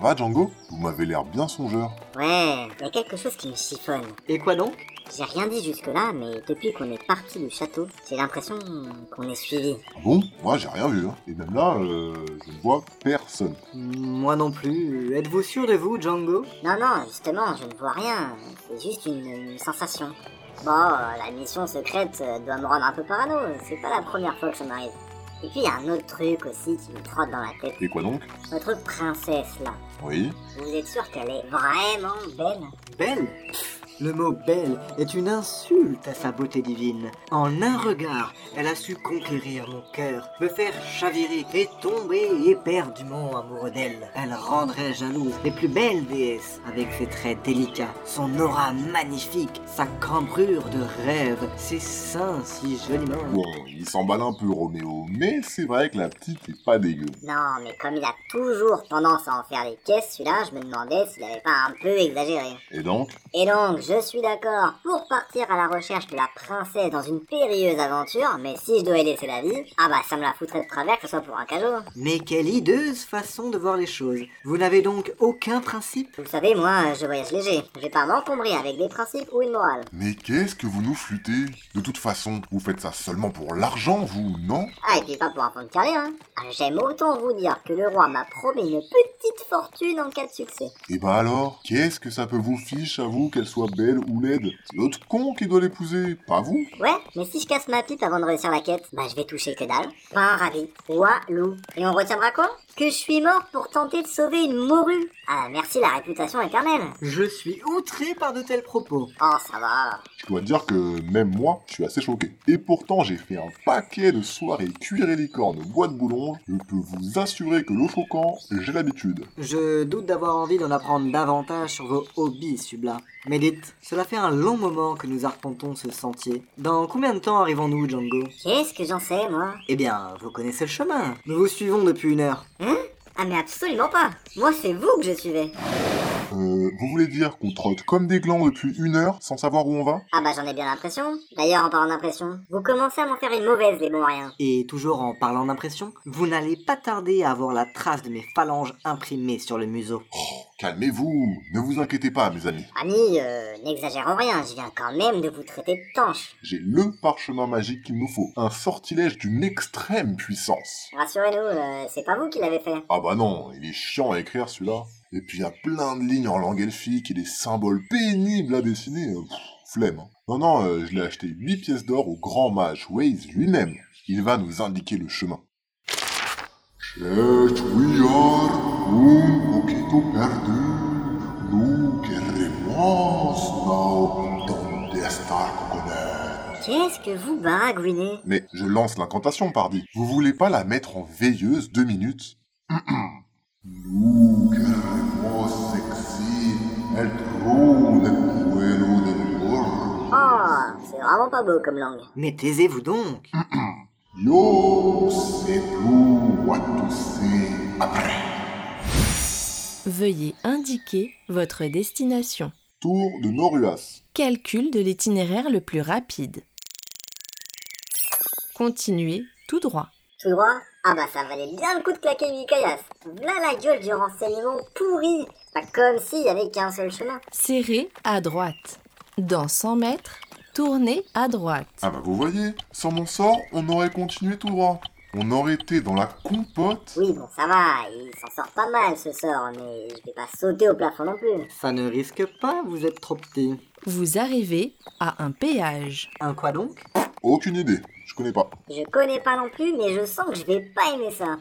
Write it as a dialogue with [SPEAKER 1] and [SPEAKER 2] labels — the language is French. [SPEAKER 1] va Django Vous m'avez l'air bien songeur.
[SPEAKER 2] Ouais, y a quelque chose qui me chiffonne.
[SPEAKER 3] Et quoi donc
[SPEAKER 2] J'ai rien dit jusque-là, mais depuis qu'on est parti du château, j'ai l'impression qu'on est suivi.
[SPEAKER 1] Ah bon Moi j'ai rien vu. hein. Et même là, euh, je ne vois personne.
[SPEAKER 3] Moi non plus. Êtes-vous sûr de vous, Django
[SPEAKER 2] Non, non, justement, je ne vois rien. C'est juste une, une sensation. Bon, euh, la mission secrète euh, doit me rendre un peu parano. C'est pas la première fois que ça m'arrive. Et puis y a un autre truc aussi qui me trotte dans la tête.
[SPEAKER 1] Et quoi donc
[SPEAKER 2] Votre princesse là,
[SPEAKER 1] Oui.
[SPEAKER 2] vous êtes sûr qu'elle est vraiment belle
[SPEAKER 3] Belle Pff, Le mot belle est une insulte à sa beauté divine. En un regard, elle a su conquérir mon cœur, me faire chavirer et tomber éperdument amoureux d'elle. Elle rendrait jalouse les plus belles déesses avec ses traits délicats, son aura magnifique, sa cambrure de rêve, ses seins si joliment.
[SPEAKER 1] Bon, il s'emballe un peu Roméo, mais c'est vrai que la petite est pas dégueu.
[SPEAKER 2] Non, mais comme il a toujours tendance à en faire des caisses, celui-là, je me demandais s'il avait pas un peu exagéré.
[SPEAKER 1] Et donc
[SPEAKER 2] Et donc, je suis d'accord pour partir à la recherche de la princesse dans une périlleuse aventure, mais si je dois y laisser la vie, ah bah ça me la foutrait de travers que ce soit pour un cajot.
[SPEAKER 3] Mais quelle hideuse façon de voir les choses. Vous n'avez donc aucun principe
[SPEAKER 2] Vous le savez, moi, je voyage léger. Je vais pas m'encombrer avec des principes ou une morale.
[SPEAKER 1] Mais qu'est-ce que vous nous flûtez De toute façon, vous faites ça seulement pour l'argent, vous, non
[SPEAKER 2] Ah, et puis pas pour un fond de carré, hein. Ah, J'aime autant vous dire que le roi m'a promis une petite fortune en cas de succès.
[SPEAKER 1] Et bah alors Qu'est-ce que ça peut vous fiche à vous qu'elle soit belle ou laide C'est l'autre con qui doit l'épouser, pas vous
[SPEAKER 2] Ouais, mais si je casse ma pipe avant de réussir la quête, bah je vais toucher que dalle. Pas un ravi. Walou. Et on retiendra quoi Que je suis mort pour tenter de sauver une morue. Ah, merci la réputation éternelle.
[SPEAKER 3] Je suis outré par de tels propos.
[SPEAKER 2] Oh, ça va.
[SPEAKER 1] Je dois dire que même moi, je suis assez choqué. Et pourtant, j'ai fait un paquet de soirées cuir et licorne au bois de Boulogne. Je peux vous assurer que l'eau choquant, j'ai l'habitude.
[SPEAKER 3] Je doute d'avoir envie d'en apprendre davantage sur vos hobbies, Subla. Mais dites, cela fait un long moment que nous arpentons ce sentier. Dans combien de temps arrivons-nous, Django
[SPEAKER 2] Qu'est-ce que j'en sais, moi
[SPEAKER 3] Eh bien, vous connaissez le chemin. Nous vous suivons depuis une heure.
[SPEAKER 2] Hein Ah, mais absolument pas. Moi, c'est vous que je suivais.
[SPEAKER 1] Euh, vous voulez dire qu'on trotte comme des glands depuis une heure sans savoir où on va
[SPEAKER 2] Ah, bah j'en ai bien l'impression. D'ailleurs, en parlant d'impression, vous commencez à m'en faire une mauvaise, les bons rien.
[SPEAKER 3] Et toujours en parlant d'impression, vous n'allez pas tarder à avoir la trace de mes phalanges imprimées sur le museau.
[SPEAKER 1] Calmez-vous, ne vous inquiétez pas, mes amis.
[SPEAKER 2] Ami, euh, n'exagérons rien, je viens quand même de vous traiter de tanche.
[SPEAKER 1] J'ai le parchemin magique qu'il nous faut, un sortilège d'une extrême puissance.
[SPEAKER 2] Rassurez-nous, euh, c'est pas vous qui l'avez fait.
[SPEAKER 1] Ah bah non, il est chiant à écrire celui-là. Et puis il y a plein de lignes en langue elfique et des symboles pénibles à dessiner. euh, pff, flemme. hein. Non, non, euh, je l'ai acheté 8 pièces d'or au grand mage Waze lui-même. Il va nous indiquer le chemin. Cherche, we are un poquito perdu. Nous queremos now donde estar con
[SPEAKER 2] Qu'est-ce que vous baragouinez
[SPEAKER 1] Mais je lance l'incantation, pardi. Vous voulez pas la mettre en veilleuse deux minutes Nous queremos sexy el trône pueblo del mundo.
[SPEAKER 2] Oh, c'est vraiment pas beau comme langue.
[SPEAKER 3] Mais taisez-vous donc
[SPEAKER 1] Yo sais plus what to say après.
[SPEAKER 4] Veuillez indiquer votre destination.
[SPEAKER 1] Tour de Noruas.
[SPEAKER 4] Calcul de l'itinéraire le plus rapide. Continuez tout droit.
[SPEAKER 2] Tout droit Ah bah ça valait bien le coup de claquer une caillasse. Là la gueule du renseignement pourri. Pas comme s'il y avait qu'un seul chemin.
[SPEAKER 4] Serrez à droite. Dans 100 mètres, tournez à droite.
[SPEAKER 1] Ah bah vous voyez, sans mon sort, on aurait continué tout droit. On aurait été dans la compote.
[SPEAKER 2] Oui, bon, ça va, il s'en sort pas mal ce sort, mais je vais pas sauter au plafond non plus.
[SPEAKER 3] Ça ne risque pas, vous êtes trop petit.
[SPEAKER 4] Vous arrivez à un péage.
[SPEAKER 3] Un quoi donc
[SPEAKER 1] Aucune idée, je connais pas.
[SPEAKER 2] Je connais pas non plus, mais je sens que je vais pas aimer ça.